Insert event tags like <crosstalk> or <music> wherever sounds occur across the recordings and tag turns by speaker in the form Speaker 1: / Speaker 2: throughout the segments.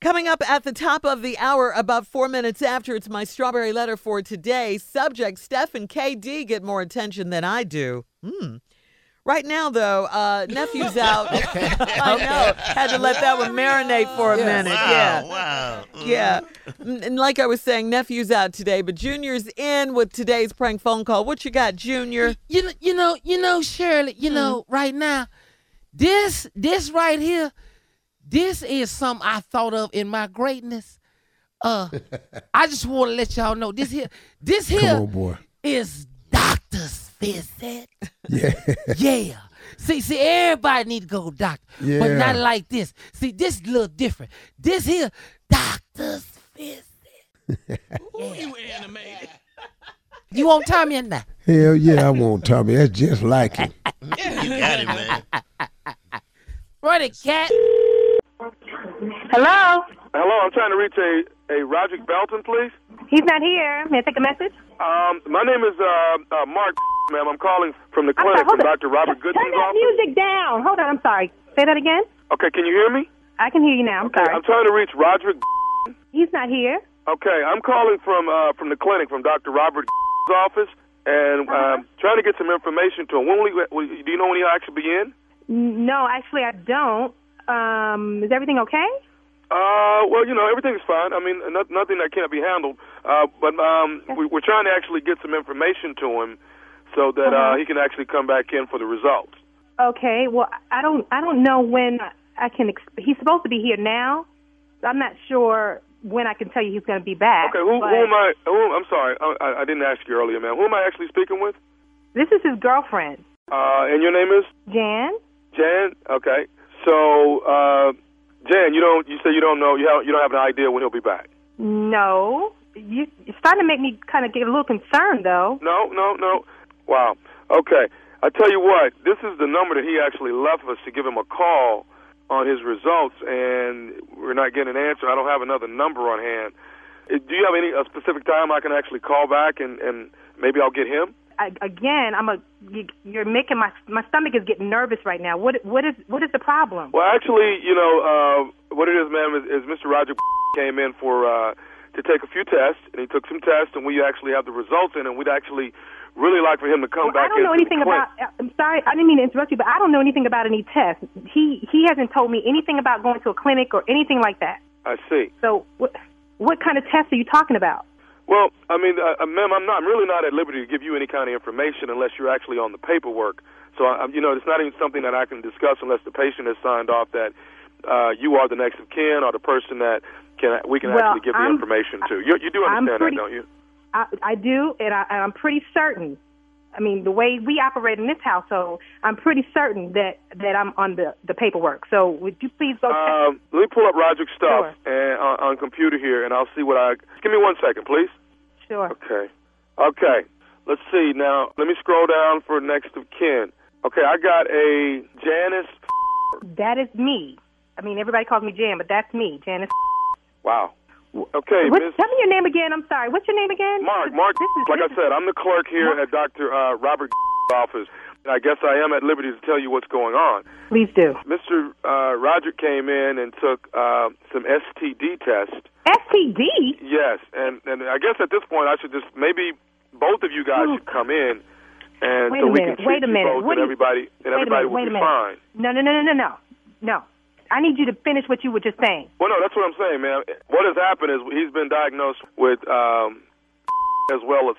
Speaker 1: Coming up at the top of the hour, about four minutes after, it's my strawberry letter for today. Subject Steph and KD get more attention than I do. Hmm. Right now, though, uh,
Speaker 2: <laughs>
Speaker 1: nephew's out. I know. Had to let that one marinate for a
Speaker 2: Yes.
Speaker 1: minute. Yeah.
Speaker 3: Wow, wow. Mm.
Speaker 1: Yeah. N- And like I was saying, nephew's out today, but Junior's in with today's prank phone call. What you got, Junior?
Speaker 2: You know, you know, you know, Shirley.
Speaker 4: Hmm.
Speaker 2: You know, right now, this, this right here, this is something I thought of in my greatness.
Speaker 4: <laughs>
Speaker 2: Uh, I just want to let y'all know this here, this
Speaker 4: Come on,
Speaker 2: here
Speaker 4: boy.
Speaker 2: is doctor's visit.
Speaker 4: <laughs> Yeah.
Speaker 2: Yeah. See, see, everybody need to go to doctor, but
Speaker 4: Yeah.
Speaker 2: not like this. See, this a little different. This here, doctor's
Speaker 3: <laughs>
Speaker 2: visit.
Speaker 3: You animated.
Speaker 2: You on time yet now?
Speaker 4: Hell yeah, I want Tommy. That's just
Speaker 2: <laughs>
Speaker 4: like him.
Speaker 3: You got it, man.
Speaker 2: Run it, cat.
Speaker 5: Hello?
Speaker 6: Hello, I'm trying to reach a, a Roger Belton, please.
Speaker 5: He's not here. May I take a message?
Speaker 6: Um, my name is uh, uh, Mark, ma'am. I'm calling from the
Speaker 5: I'm
Speaker 6: clinic
Speaker 5: sorry, hold
Speaker 6: from
Speaker 5: on.
Speaker 6: Dr. Robert
Speaker 5: Turn
Speaker 6: Goodson's
Speaker 5: that
Speaker 6: office.
Speaker 5: music down. Hold on, I'm sorry. Say that again.
Speaker 6: Okay, can you hear me?
Speaker 5: I can hear you now. I'm sorry.
Speaker 6: I'm trying to reach Roderick.
Speaker 5: He's not here.
Speaker 6: Okay, I'm calling from uh, from the clinic from Dr. Robert office and
Speaker 5: Uh-huh.
Speaker 6: um, trying to get some information to him. When will he, will, do you know when he'll actually be in?
Speaker 5: N- No, actually, I don't. Um, is everything okay?
Speaker 6: Uh, well, you know, everything's fine. I mean, no, nothing that can't be handled. Uh, but um, we, we're trying to actually get some information to him so that
Speaker 5: Uh-huh.
Speaker 6: uh, he can actually come back in for the results.
Speaker 5: Okay. Well, I don't. I don't know when I can. Ex- he's supposed to be here now. I'm not sure when I can tell you he's going to be back.
Speaker 6: Okay, who,
Speaker 5: but
Speaker 6: who am I? Who, I'm sorry, I- I, I didn't ask you earlier, man. Who am I actually speaking with?
Speaker 5: This is his girlfriend,
Speaker 6: Uh, and your name is
Speaker 5: Jan.
Speaker 6: Jan. Okay, so uh, Jan, you don't. You say you don't know. You don't, you don't have an idea when he'll be back.
Speaker 5: No, you, you're starting to make me kind of get a little concerned, though.
Speaker 6: No, no, no. Wow. Okay. I tell you what, this is the number that he actually left us to give him a call on his results, and we're not getting an answer. I don't have another number on hand. Uh, Do you have any a specific time I can actually call back and and maybe I'll get him?
Speaker 5: I, again, I'm a. You, you're making my my stomach is getting nervous right now. What what is what is the problem?
Speaker 6: Well, actually, you know uh, what it is, ma'am, is, is Mr. Roger <laughs> came in for uh, to take a few tests, and he took some tests, and we actually have the results in, and we'd actually really like for him to come
Speaker 5: Well,
Speaker 6: back.
Speaker 5: I don't know
Speaker 6: into the
Speaker 5: anything
Speaker 6: clinic.
Speaker 5: about. I'm sorry, I didn't mean to interrupt you, but I don't know anything about any tests. He he hasn't told me anything about going to a clinic or anything like that.
Speaker 6: I see.
Speaker 5: So what what kind of tests are you talking about?
Speaker 6: Well, I mean, uh, uh, ma'am, I'm not I'm really not at liberty to give you any kind of information unless you're actually on the paperwork. So, I, I'm- you know, it's not even something that I can discuss unless the patient has signed off that uh, you are the next of kin or the person that can we can
Speaker 5: Well,
Speaker 6: actually give
Speaker 5: I'm-
Speaker 6: the information to. You, you do
Speaker 5: I'm
Speaker 6: understand
Speaker 5: pretty-
Speaker 6: that, don't you?
Speaker 5: I, I do, and, I, and I'm pretty certain. I mean, the way we operate in this household, I'm pretty certain that that I'm on the the paperwork. So would you please go? check?
Speaker 6: Um, let me pull up Roger's stuff
Speaker 5: Sure.
Speaker 6: and, on, on computer here, and I'll see what I. Give me one second, please.
Speaker 5: Sure.
Speaker 6: Okay. Okay. Let's see. Now, let me scroll down for next of kin. Okay, I got a Janice.
Speaker 5: That is me. I mean, everybody calls me Jan, but that's me, Janice.
Speaker 6: Wow. Okay,
Speaker 5: What,
Speaker 6: Miss.
Speaker 5: tell me your name again. I'm sorry. What's your name again?
Speaker 6: Mark, Mark,
Speaker 5: This is,
Speaker 6: like I
Speaker 5: this is-
Speaker 6: said, I'm the clerk here
Speaker 5: Mark-
Speaker 6: at Dr. Uh, Robert office. And I guess I am at liberty to tell you what's going on.
Speaker 5: Please do.
Speaker 6: Mr. Uh, Roger came in and took uh, some STD tests.
Speaker 5: STD.
Speaker 6: Yes, and and I guess at this point I should just maybe both of you guys
Speaker 5: Oh,
Speaker 6: should come in, and
Speaker 5: Wait
Speaker 6: so
Speaker 5: a
Speaker 6: we can
Speaker 5: minute,
Speaker 6: treat
Speaker 5: wait a
Speaker 6: you
Speaker 5: minute,
Speaker 6: both, and
Speaker 5: what do you-
Speaker 6: everybody and
Speaker 5: wait a
Speaker 6: everybody
Speaker 5: minute,
Speaker 6: will
Speaker 5: wait a
Speaker 6: be
Speaker 5: minute.
Speaker 6: fine.
Speaker 5: No, no, no, no, no, no, no. I need you to finish what you were just saying.
Speaker 6: Well, no, that's what I'm saying, man. What has happened is he's been diagnosed with um, as well as.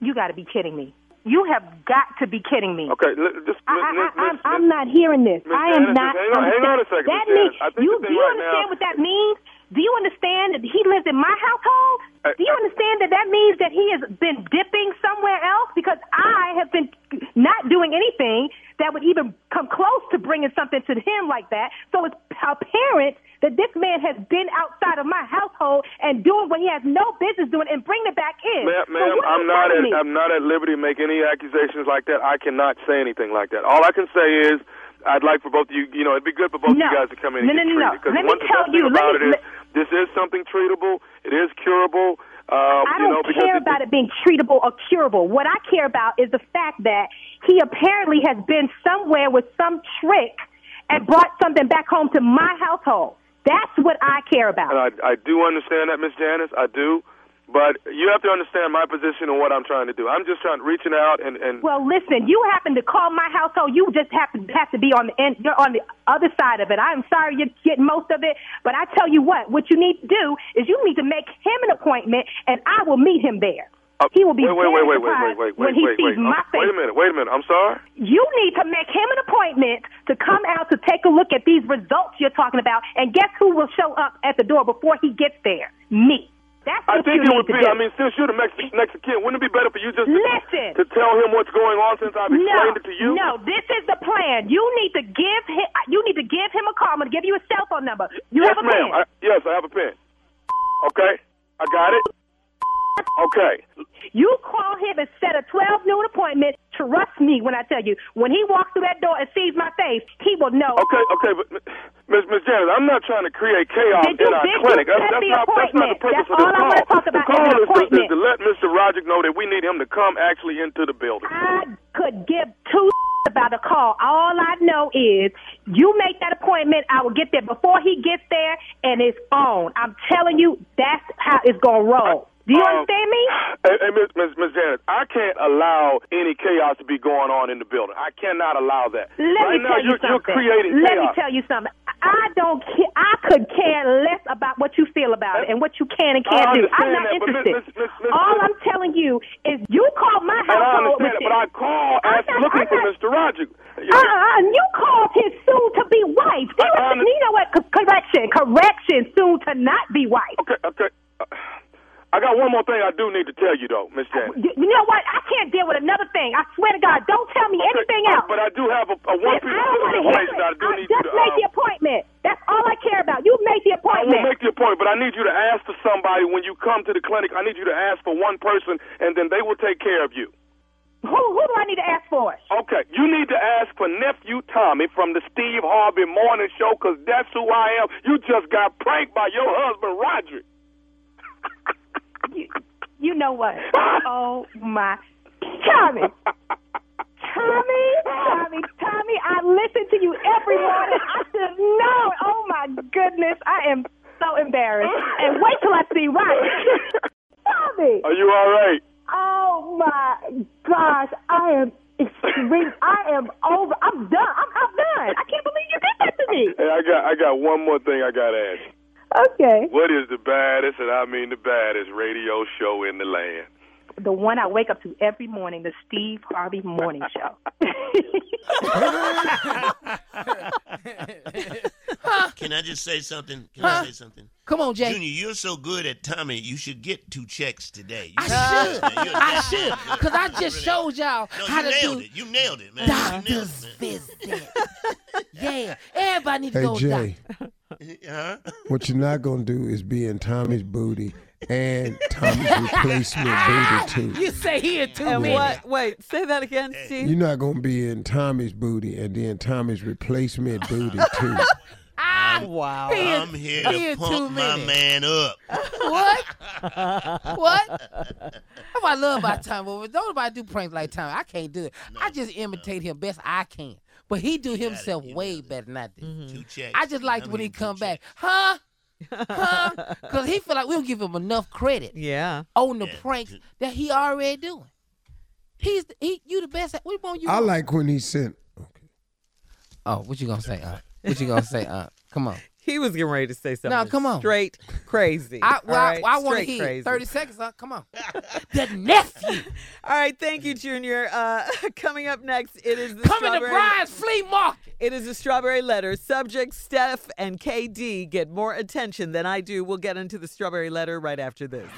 Speaker 5: You got to be kidding me. You have got to be kidding me.
Speaker 6: Okay, li- just li-
Speaker 5: I, I,
Speaker 6: li-
Speaker 5: I, I'm,
Speaker 6: listen-
Speaker 5: I'm not hearing this.
Speaker 6: Miss
Speaker 5: I
Speaker 6: Janice,
Speaker 5: am not.
Speaker 6: hang on- hang on a second,
Speaker 5: That
Speaker 6: Miss Janice.
Speaker 5: means
Speaker 6: I think the
Speaker 5: you.
Speaker 6: thing
Speaker 5: Do you
Speaker 6: right now-
Speaker 5: understand what that means? Do you understand that he lives in my household?
Speaker 6: I-
Speaker 5: Do you
Speaker 6: I-
Speaker 5: understand that that means that he has been dipping somewhere else? Because I have been not doing anything that would even come close to bringing something to him like that. So it's apparent that this man has been outside of my household and doing what he has no business doing and bringing it back in.
Speaker 6: Ma'am,
Speaker 5: So
Speaker 6: ma'am
Speaker 5: what are
Speaker 6: I'm
Speaker 5: you
Speaker 6: not at
Speaker 5: telling me?
Speaker 6: I'm not at liberty to make any accusations like that. I cannot say anything like that. All I can say is I'd like for both of you, you know, it'd be good for both
Speaker 5: No.
Speaker 6: of you guys to come in
Speaker 5: No,
Speaker 6: and
Speaker 5: no,
Speaker 6: get
Speaker 5: no, no.
Speaker 6: treated. Because
Speaker 5: Let me
Speaker 6: one the
Speaker 5: tell
Speaker 6: best thing
Speaker 5: you, let
Speaker 6: about
Speaker 5: me-
Speaker 6: it is this is something treatable. It is curable. Uh,
Speaker 5: I
Speaker 6: you know,
Speaker 5: don't
Speaker 6: because
Speaker 5: care
Speaker 6: it-
Speaker 5: about it being treatable or curable. What I care about is the fact that he apparently
Speaker 6: Mm-hmm.
Speaker 5: has been somewhere with some trick and brought something back home to my household. That's what I care about.
Speaker 6: And I, I do understand that, Miss Janice. I do. But you have to understand my position and what I'm trying to do. I'm just trying reaching out and, and
Speaker 5: Well, listen, you happen to call my household. You just happen have to be on the end. You're on the other side of it. I'm sorry you're getting most of it, but I tell you what, what you need to do is you need to make him an appointment, and I will meet him there.
Speaker 6: Uh,
Speaker 5: he will be
Speaker 6: wait, wait,
Speaker 5: very
Speaker 6: wait, wait, wait,
Speaker 5: surprised
Speaker 6: wait, wait,
Speaker 5: when he
Speaker 6: wait,
Speaker 5: sees
Speaker 6: wait,
Speaker 5: my
Speaker 6: Um, wait a
Speaker 5: face.
Speaker 6: minute, wait a minute. I'm sorry.
Speaker 5: You need to make him an appointment to come out to take a look at these results you're talking about, and guess who will show up at the door before he gets there? Me. That's what
Speaker 6: I think
Speaker 5: you
Speaker 6: it
Speaker 5: need
Speaker 6: would be.
Speaker 5: to do.
Speaker 6: I mean, since you're the Mexican, Mexican, wouldn't it be better for you just to-
Speaker 5: Listen.
Speaker 6: to tell him what's going on since I've explained it to you?
Speaker 5: No, this is the plan. You need to give him. You need to give him a call. I'm gonna give you a cell phone number. You
Speaker 6: yes,
Speaker 5: have a
Speaker 6: ma'am.
Speaker 5: plan.
Speaker 6: I, yes, I have a pen. Okay, I got it. Okay,
Speaker 5: You call him and set a 12 noon appointment. Trust me when I tell you. When he walks through that door and sees my face, he will know.
Speaker 6: okay, okay. But Miss Miss Janet, I'm not trying to create chaos
Speaker 5: Did you-
Speaker 6: in our
Speaker 5: did you
Speaker 6: clinic. That's,
Speaker 5: set
Speaker 6: that's
Speaker 5: the
Speaker 6: not that's not the
Speaker 5: appointment?
Speaker 6: purpose
Speaker 5: That's
Speaker 6: of this
Speaker 5: all I
Speaker 6: call.
Speaker 5: wanna talk
Speaker 6: the
Speaker 5: about is
Speaker 6: call
Speaker 5: an
Speaker 6: is to, is
Speaker 5: appointment.
Speaker 6: to let Mr. Roderick know that we need him to come actually into the building.
Speaker 5: I could give two <laughs> about a call. All I know is you make that appointment. I will get there before he gets there, and it's on. I'm telling you, that's how it's gonna roll. Do you
Speaker 6: Um,
Speaker 5: understand me?
Speaker 6: Hey, hey, Miss, Miss, Miss Janet, I can't allow any chaos to be going on in the building. I cannot allow that.
Speaker 5: Let
Speaker 6: right
Speaker 5: me
Speaker 6: now,
Speaker 5: tell you
Speaker 6: you're, you're
Speaker 5: something.
Speaker 6: creating
Speaker 5: Let me
Speaker 6: chaos.
Speaker 5: tell you something. I don't care. I could care less about what you feel about it and what you can and
Speaker 6: I
Speaker 5: can't do. I'm
Speaker 6: understand
Speaker 5: not
Speaker 6: that, but
Speaker 5: interested.
Speaker 6: Miss- Miss- Miss-
Speaker 5: All
Speaker 6: Miss-
Speaker 5: I'm telling you is you call my
Speaker 6: and I understand it,
Speaker 5: household. with
Speaker 6: but I
Speaker 5: this.
Speaker 6: call
Speaker 5: I'm
Speaker 6: ask,
Speaker 5: not-
Speaker 6: looking
Speaker 5: I'm
Speaker 6: for
Speaker 5: not-
Speaker 6: Mr. Roger.
Speaker 5: Uh-uh, you called his soon-to-be wife.
Speaker 6: I-
Speaker 5: There
Speaker 6: I
Speaker 5: was,
Speaker 6: under-
Speaker 5: you know what? C- correction, correction. Soon-to-not be wife.
Speaker 6: Okay, okay. Uh, I got one more thing I do need to tell you, though, Miss Janet.
Speaker 5: You, you know what? I can't deal with another thing. I swear to God, don't tell me
Speaker 6: Okay,
Speaker 5: anything
Speaker 6: uh,
Speaker 5: else.
Speaker 6: But I do have a, a one
Speaker 5: I
Speaker 6: piece
Speaker 5: don't
Speaker 6: of
Speaker 5: want to hear
Speaker 6: information
Speaker 5: it.
Speaker 6: that I do
Speaker 5: I
Speaker 6: need
Speaker 5: just
Speaker 6: you to.
Speaker 5: make
Speaker 6: uh,
Speaker 5: the appointment. That's all I care about. You make
Speaker 6: I
Speaker 5: the
Speaker 6: will
Speaker 5: appointment.
Speaker 6: make the appointment, but I need you to ask for somebody when you come to the clinic. I need you to ask for one person, and then they will take care of you.
Speaker 5: Who who do I need to ask for?
Speaker 6: Okay, you need to ask for nephew Tommy from the Steve Harvey Morning Show, 'cause that's who I am. You just got pranked by your husband Roger.
Speaker 5: You, you know what? Oh my, Tommy, Tommy, Tommy, Tommy! I listen to you every morning. I should know. Oh my goodness, I am so embarrassed. And wait till I see Roger. Tommy.
Speaker 6: <laughs> Are you all right?
Speaker 5: Oh my gosh, I am extreme. I am over. I'm done. I'm outdone. I can't believe you did that to me.
Speaker 6: Hey, I got I got one more thing I gotta ask. you.
Speaker 5: Okay.
Speaker 6: What is the baddest, and I mean the baddest, radio show in the land?
Speaker 5: the one I wake up to every morning, the Steve Harvey Morning Show.
Speaker 3: <laughs>
Speaker 5: <laughs>
Speaker 3: Can I just say something? Can I say something?
Speaker 2: Come on, Jay.
Speaker 3: Junior, you're so good at Tommy. You should get two checks today.
Speaker 2: I
Speaker 3: You
Speaker 2: should.
Speaker 3: man. You're
Speaker 2: I
Speaker 3: that
Speaker 2: should.
Speaker 3: damn good.
Speaker 2: Because
Speaker 3: <laughs>
Speaker 2: I
Speaker 3: You
Speaker 2: just
Speaker 3: really-
Speaker 2: showed y'all
Speaker 3: No,
Speaker 2: how
Speaker 3: you
Speaker 2: to
Speaker 3: nailed
Speaker 2: do
Speaker 3: it. You nailed it, man. You nailed
Speaker 2: doctor's
Speaker 3: it,
Speaker 2: visit. yeah. Everybody need to
Speaker 4: Hey,
Speaker 2: go to
Speaker 4: Jay,
Speaker 3: man. Huh?
Speaker 4: what you're not going to do is be in Tommy's booty and
Speaker 2: <laughs>
Speaker 4: Tommy's replacement booty,
Speaker 2: doctor.
Speaker 4: too.
Speaker 2: <laughs> You say here too
Speaker 1: And
Speaker 2: many.
Speaker 1: what? Wait, say that again, Steve.
Speaker 4: You're not going to be in Tommy's booty and then Tommy's replacement booty,
Speaker 2: <laughs>
Speaker 4: too.
Speaker 1: wow.
Speaker 2: He is-
Speaker 3: I'm here
Speaker 2: he
Speaker 3: to
Speaker 2: is too
Speaker 3: pump my
Speaker 2: many.
Speaker 3: man up. <laughs>
Speaker 2: What? what? That's what I love about Tommy. Well, don't nobody do pranks like Tommy. I can't do it. I just imitate him best I can. But he do himself way better than I do.
Speaker 1: Mm-hmm.
Speaker 3: Two checks.
Speaker 2: I just like
Speaker 3: I
Speaker 2: when he
Speaker 3: mean, two
Speaker 2: come back,
Speaker 3: checks.
Speaker 2: huh?
Speaker 1: <laughs>
Speaker 2: Huh? Because he feel like we don't give him enough credit
Speaker 1: Yeah.
Speaker 2: on the
Speaker 3: Yeah.
Speaker 2: pranks that he already doing. He's he, you the best. At, we want you.
Speaker 4: I like when he sent.
Speaker 2: Oh, what you gonna say, <laughs> Aunt? What you gonna say, Aunt? Come on.
Speaker 1: He was getting ready to say something.
Speaker 2: No, come on.
Speaker 1: Straight crazy. <laughs>
Speaker 2: I
Speaker 1: All
Speaker 2: well, I-
Speaker 1: right?
Speaker 2: I, want to
Speaker 1: Straight
Speaker 2: hear it.
Speaker 1: crazy.
Speaker 2: thirty seconds, Aunt.
Speaker 1: <laughs>
Speaker 2: Come on. the nephew
Speaker 1: All right, thank you, Junior. Uh, <laughs> coming up next, it is the
Speaker 2: coming to
Speaker 1: strawberry.
Speaker 2: Brian's flea market.
Speaker 1: It is a strawberry letter. Subject Steph and KD get more attention than I do. We'll get into the strawberry letter right after this.